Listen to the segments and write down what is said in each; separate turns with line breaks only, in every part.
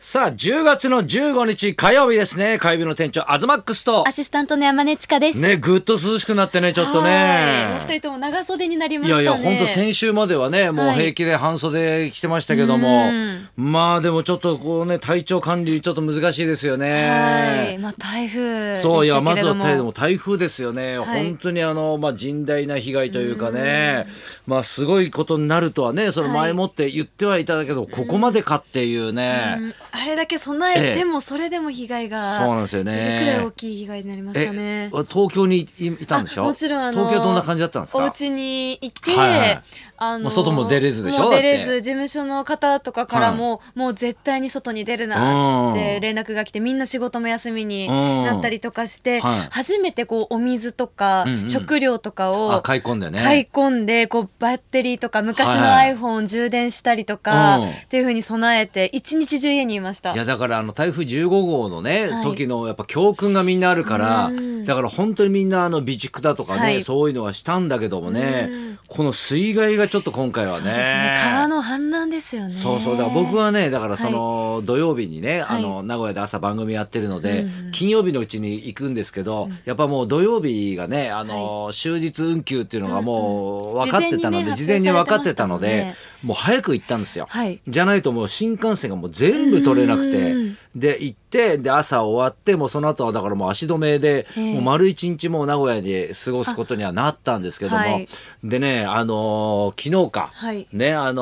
さあ、10月の15日火曜日ですね。火曜日の店長、アズマックスと
ア。シスタントの山根千佳です。
ね、ぐっと涼しくなってね、ちょっと
はい
ね
お。二人とも長袖になりま
い
した
や
ね。
いや、本当先週まではね、もう
はい
平気で半袖着てましたけども、まあでもちょっとこうね、体調管理ちょっと難しいですよ
は
ね
い。。まあ台風でしたけれども。
そういやまずは台でも台風ですよね、
はい
本当にあの、まあ、甚大な被害というかね、まあ、すごいことになるとはね、その
はい
前もって言ってはいただけど、ここまでかっていう
う
ね、
んあれだけ備えてもそれでも被害が
そうなんですよね
どれくらい大きい被害になりましたね。
東京にいいたんでしょ
あもちろんあの
東京はどんな感じだったんですか
お家にいて、
はいはい
あの
もう外も出れずでしょ
もう出れ
だっ
ず事務所の方とかからも、もう絶対に外に出る
うん
なって連絡が来てみんな仕事も休みになったりとかして、
うんはい
初めてこうお水とか、
んうん
食料とかを
あ買い込んだよね
買い込んでこうバッテリーとか昔の
はい
iPhone 充電したりとか、
うん
っていう風に備えて一日中家にいました
いやだからあの台風15号のね、
はい
時のやっぱ教訓がみんなあるからだから本当にみんなあの備蓄だとかね、
はい
そういうのはしたんだけどもねこの水害がちょっと今回はね
そうですね川の氾濫ですよね
そうそうだから僕はねだからその、土曜日にね、
はい
あの名古屋で朝番組やってるので、金曜日のうちに行くんですけど、やっぱもう土曜日がねあの、終日運休っていうのがもう分かってたので、
うんうん
事
事
前
前
に
にね
分かってたので
発表されてまし
もう早く行ったんですよ、
はい
じゃないともう新幹線がもう全部取れなくて、
うん
で行ってで朝終わってもうその後はだからもう足止めで、
ええ
もう丸一日もう名古屋で過ごすことにはなったんですけども、
あはい
でねあのー昨日か、
はい
ねあ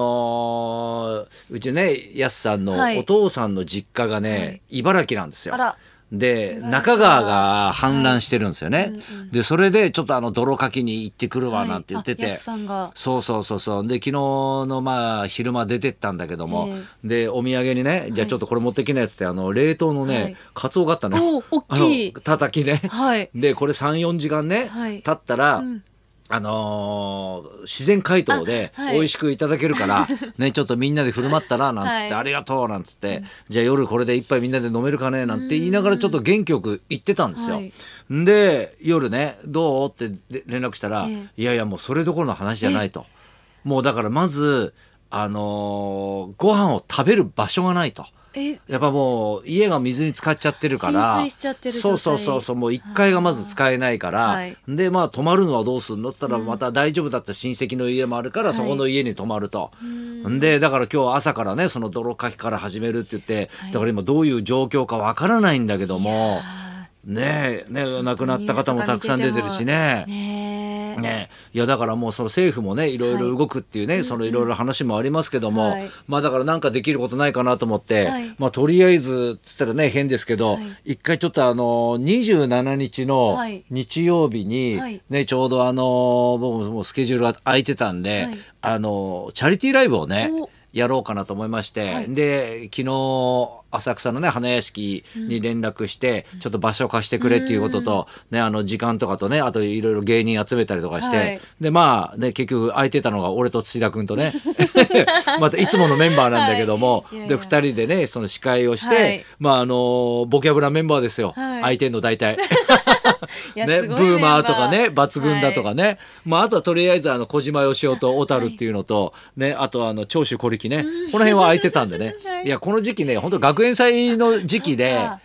のーうちねやすさんの
はい
お父さんの実家がね、茨城なんですよ
あら。
で中川が氾濫してるんですよね、でそれでちょっとあの泥かきに行ってくるわなんて言ってて、
はいあ安さんが
そうそうそうそうで昨日のまあ昼間出てったんだけども、
え
でお土産にねじゃあちょっとこれ持ってきなやつってあの冷凍のね、
はい
カツオがあったのよ
お大きい
あのたたきね、
はい
でこれ34時間ね、
はい
経ったら、あのー自然解凍で
あはい
美味しくいただけるから、 ね、ちょっとみんなで振る舞ったらなんつって、
はい
ありがとうなんつって、じゃあ夜これで一杯みんなで飲めるかねなんて言いながらちょっと元気よく行ってたんですよ。
はい
で夜ねどうってで連絡したら、
え
いやいやもうそれどころの話じゃないともうだからまず、あのーご飯を食べる場所がないと。
え
やっぱもう家が水に浸かっちゃってるから
浸水しちゃってる状態
そうそうそうそうもう1階がまず使えないから、
はい
でまあ泊まるのはどうするのって言ったらまた大丈夫だった親戚の家もあるから、
い
そこの家に泊まると、でだから今日朝からねその泥かきから始めるって言って、だから今どういう状況かわからないんだけどもねえねえ亡くなった方もたくさん出てるしね。
ねえ
ね、いやだからもうその政府もねいろいろ動くっていうね、そのいろいろ話もありますけども、
はい
まあだからなんかできることないかなと思って、
はい
まあとりあえずつったらね変ですけど、一回ちょっとあの27日の
はい
日曜日に、
はい
ねちょうどあの僕ももうスケジュールが空いてたんで、
はい
あのチャリティーライブをね
お
やろうかなと思いまして、
はい
で昨日浅草のね花屋敷に連絡して、ちょっと場所貸してくれっていうことと、ね、あの時間とかとねあといろいろ芸人集めたりとかして、
はい
でまあね結局空いてたのが俺と土田君と ねまたいつものメンバーなんだけども、
はいいやい
で
や
2人でねその司会をして、
はい
まああのボキャブラメンバーですよ、
はい
空いてんの大体。
いや
ね、
す
ブ
ごいメ
ー
ンバ
マーとかね抜群だと
は
かね、まあ、あとはとりあえずあの小島よしおと小樽っていうのと、ね、あとはあの長州小力ね、この辺は空いてたんでね、、
はいい
やこの時期ね本当学園祭の時期で
そっか。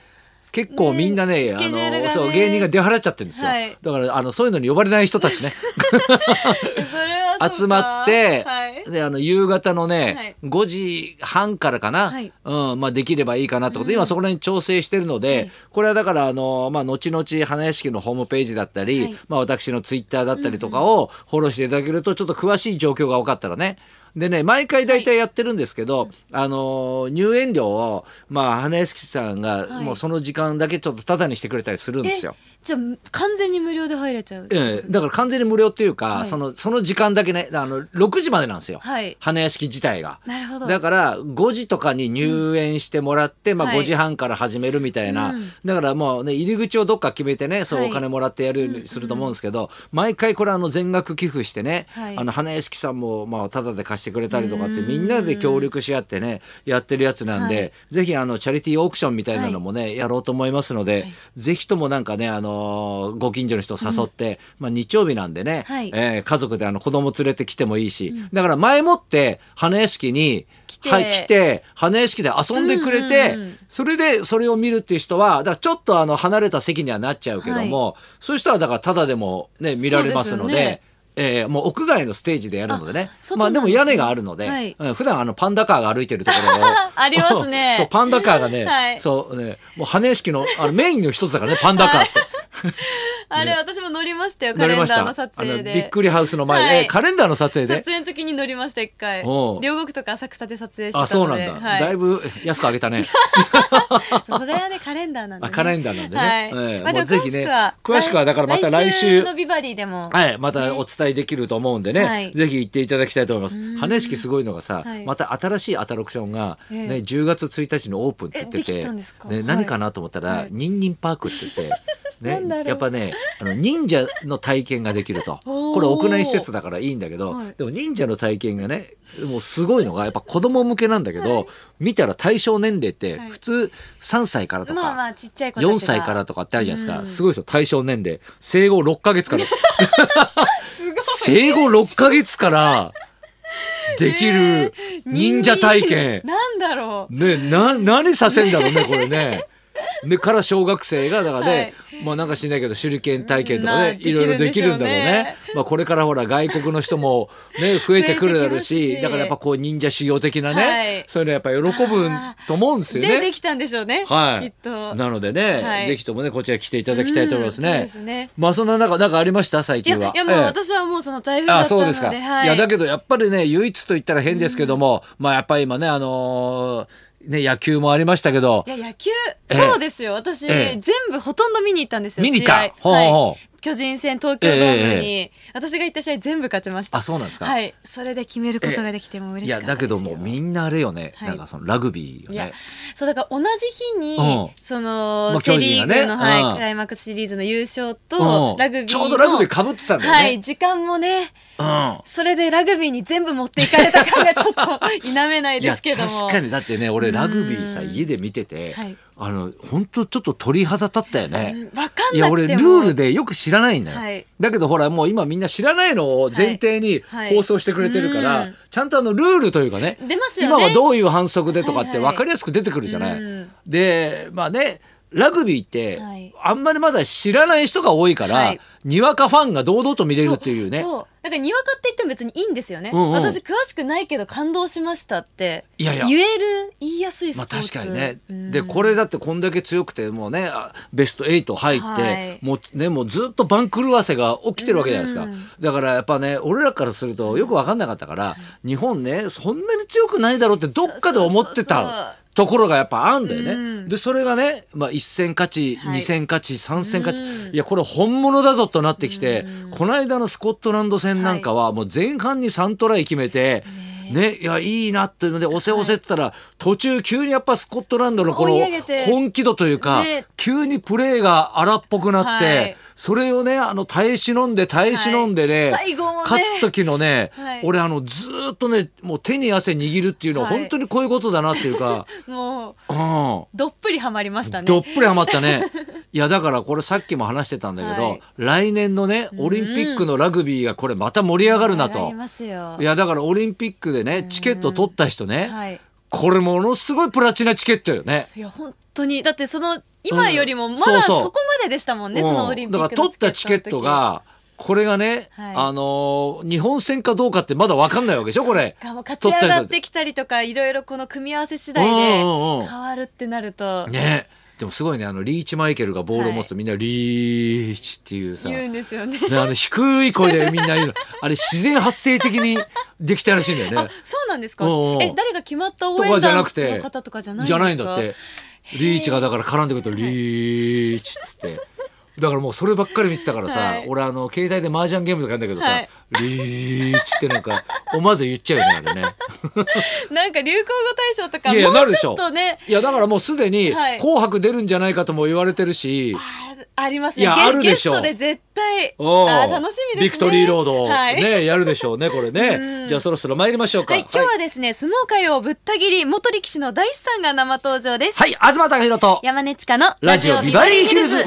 結構みんなね
ね
あ
スケジュールが
の
ね
そう芸人が出払っちゃってるんですよ、
はい
だからあのそういうのに呼ばれない人たちね
いそれはそうか
集まって、
はい
であの夕方の
は
ね
い、
5時半からかな、
はい
うんまあ、できればいいかなってことで、今そこら辺調整してるので、これはだからあの、まあ、後々花屋敷のホームページだったり、
はい
まあ、私のツイッターだったりとかをフォローしていただけるとちょっと詳しい状況が分かったらね。でね毎回大体やってるんですけど、あの入園料を、まあ、花屋敷さんが
い
もうその時間だけちょっとタダにしてくれたりするんですよ。
じゃあ完全に無料で入れちゃう
ええだから完全に無料っていうか、
はい
そのその時間だけねあの6時までなんですよ、
はい
花屋敷自体が。
なるほど
だから5時とかに入園してもらって、まあ、
はい
5時半から始めるみたいな、
うん
だからもうね入り口をどっか決めてねそう
は
お
い
金もらってやるようにすると思うんですけど、毎回これあの全額寄付してね、
はい
あの花屋敷さんもまあタダで貸してくれたりとかってみんなで協力し合ってねやってるやつなんで、ぜひあのチャリティーオークションみたいなのもね、やろうと思いますので、ぜひともなんかねあのーご近所の人を誘って、まあ、日曜日なんでね、
はい
えー家族であの子供連れてきてもいいし、だから前もって花屋敷に
来て
はい、来て花屋敷で遊んでくれて、
うんうんうん
それでそれを見るっていう人はだからちょっとあの離れた席にはなっちゃうけども、そういう人はだからただでも、ね、見られますので。
そうですよね
えーもう屋外のステージでやるのでね
あ外
ま
な
あ
ん
で
です
も屋
ね
根があるので、
はい
うん普段あのパンダカーが歩いてるところを
あります ね
そうパンダカーがね、
はい
そうねもう羽根式のあのメインの一つだからねパンダカーって。
あれ私も乗りましたよカ
乗り
レン
まし
ダー
た。
の撮
あ
影
の
で
びっくりハウスの前で、
はい
えーカレンダーの撮影
撮
で。
影の時に乗りました一回
おう
両国とか浅草で撮影してたので
あ、そうなんだ。
はい、
だいぶ安く上げたね。
それはねカレンダーなんで、
あ、
ね、
カレンダーなんでね。
はい
ええ
ま
も
あ、で
う
も
ぜひね
詳しくは。
詳しくはだからまた来週。
のビバリーでも
はい、またお伝えできると思うんでね、
はい
ぜひ行っていただきたいと思います。羽根式すごいのがさ、
はい
また新しいアトラクションが、
え
ね
え
10月1日にオープンって言って
えで
て、
きたんですか
ね、
はい
何かなと思ったら、
はい
ニンニンパークって言って。
なんだろ
ね、
う
やっぱねあの忍者の体験ができると
おー
これ屋内施設だからいいんだけど、
はい
でも忍者の体験がねもうすごいのがやっぱ子供向けなんだけど、見たら対象年齢って
はい
普通3歳からとか、
まあまあちっちゃい子たちが
4歳からとかってあるじゃないですか、
うん
すごいですよ対象年齢生後6ヶ月から
すごい
生後6ヶ月からできる忍者体験、
なんだろう
ねな何させんだろうねこれね。でから小学生がだからね、まあなんかしないけど手裏剣体験とか
まあ
ね、
で
い
き
ろ
る
い
ん
ろできるんだろうね
で。
まあこれからほら外国の人もね増えてくるだろう
増えて
し、
きますし
だからやっぱこう忍者修行的な
はい
ね、そういうのやっぱ喜ぶと思うんです
で
よね。
できたんでしょうね、
はい、
きっと
なのでね、
はい
ぜひともねこちら来ていただきたいと思います
うん
ね。
そうですね
まあそんな中なんかありました最
いや
近
い
は。
やもう
ええ
私はもうその台風だ
あ
った
そう
の
で
です
か、
はい
い、やだけどやっぱりね唯一と言ったら変ですけども、まあやっぱり今ねあのーね野球もありましたけど
いや野球、
ええ
そうですよ私、
ええ
全部ほとんど見に行ったんですよ
見に行った
試合
ほうほうほう
はい、巨人戦東京ドームに、私が行った試合全部勝ちました
あそうなんですか
はいそれで決めることができてもう
い
嬉しか
や
ったです
だ
よ
けどもうみんなあれよね、
はい
なんかそのラグビーよ
いや
ね。
そうだから同じ日に、
うん
その、
まあ
セ・リー
巨人
グ
が
の、
ね
はい
うん
クライマックスシリーズの優勝
う
と
ん
ラグビーの
ちょうどラグビーかぶってたんだよね。
はい時間もね
うん
それでラグビーに全部持っていかれた感がちょっと否めない
い
で
や
すけども
確かにだってね俺ラグビーさ
うん
家で見てて、
はい
あの本当ちょっと鳥肌立ったよね。
うんわかんなくても
いや俺ルールでよく知らないんだよ、
はい
だけどほらもう今みんな知らないのを前提に
はいはい
放送してくれてるから、
うん
ちゃんとあのルールというかね
出ますよね
今はどういう反則でとかって
はいはい
分かりやすく出てくるじゃない。
うん
でまあねラグビーって、
はい
あんまりまだ知らない人が多いから、
はい
にわかファンが堂々と見れるっていうね
そうだからにわかって言っても別にいいんですよね、
うんうん
私詳しくないけど感動しましたって
いやいや
言える言いやすいスポ
まあ
ーツ、
確かにね、
うん
でこれだってこんだけ強くてもうねあベスト8入って、
はい
もうねもうずっと番狂わせが起きてるわけじゃないですか、
うん
だからやっぱね俺らからするとよく分かんなかったから、日本ねそんなに強くないだろうってどっかで思って
そうそうそうそう
たところがやっぱあんだよね、
うん
でそれがね、まあ、1戦勝ち、
はい
2戦勝ち3戦勝ち、
うん
いやこれ本物だぞとなってきて、この間のスコットランド戦なんかはもう前半に3トライ決めて、ねいやいいなっていうので押せ押せって言ったら、途中急にやっぱスコットランドのこの
追い上げて
本気度というか、
ね
急にプレーが荒っぽくなって、
はい
それをねあの耐え忍んで耐え忍んでね,、
はい最後もね
勝つ時のね、
はい
俺あのずーっとねもう手に汗握るっていうのは
はい
本当にこういうことだなっていう か、
もう
うん。
どっぷりハマりましたね
どっぷりハマった ね。いやだからこれさっきも話してたんだけど、
はい
来年のねオリンピックのラグビーがこれまた盛り上がるな
上が
と
り。ますよ
いやだからオリンピックでねチケット取った人ね、
はい
これものすごいプラチナチケットよね。
いや本当にだってその今よりも
う
ま
ん
だ
そうそう
そこまででしたもんね、そのオリン
うん
ピッ
だか
ク
ら
の
取ったチケットがこれがね、
はい
あのー日本戦かどうかってまだ分かんないわけでしょこれ。
がもう勝ち上がっ
取
て
っ
きたりとかいろいろこの組み合わせ次第で
うんうんうん
変わるってなると
たりとかねでもすごいねあのリーチマイケルがボールを持つとみんなリーチっていうさ。
言うんですよね。
であの低い声でみんな言うのあれ自然発生的にできたらしいんだよね
あ。そうなんですか
おうおう
え誰が決まった応
と
援
かじゃな
団の
くて
方とかじゃないんですか
じゃないんだってリーチがだから絡んでくるとリーチっつって。だからもうそればっかり見てたからさ、
はい
俺あの携帯で麻雀ゲームとかやるんだけどさ、
はい
リーチってなんか思わず言っちゃうよねあれね。
なんか流行語大賞とか
いやいや
も
なる
う
でし
ち
ょ
ょっとね
いやだからもうすでに「
はい
紅白」出るんじゃないかとも言われてるし、
ああります
い
ね
や
ゲ
あるで
ゲ
し
ス
ょう
トで絶対あ
おう
ー楽しみですね
ビクトリーロード、
はい
ねやるでしょうねこれねじゃあそろそろ参りましょうか
はい、今日はですね、相撲界をぶった切り元力士の大師さんが生登場です、
はい東貴博と
山根千佳の
ラジオビバリーヒルズ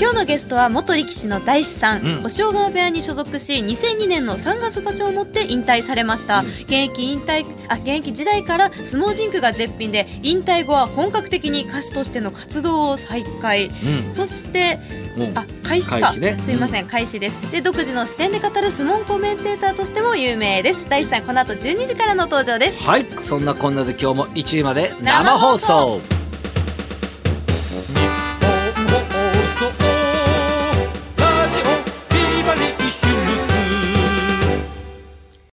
今日のゲストは元力士の大師さん、
うん
お塩川部屋に所属し2002年の3月場所をもって引退されました、現役引退あ現役時代から相撲人クが絶品で引退後は本格的に歌手としての活動を再開、
ん
そして
うん
あ開始か
開始ね
すいません開始ですで独自の視点で語る相撲コメンテーターとしても有名です大師さんこの後12時からの登場です
はいそんなこんなで今日も1時まで生放
生放
送
送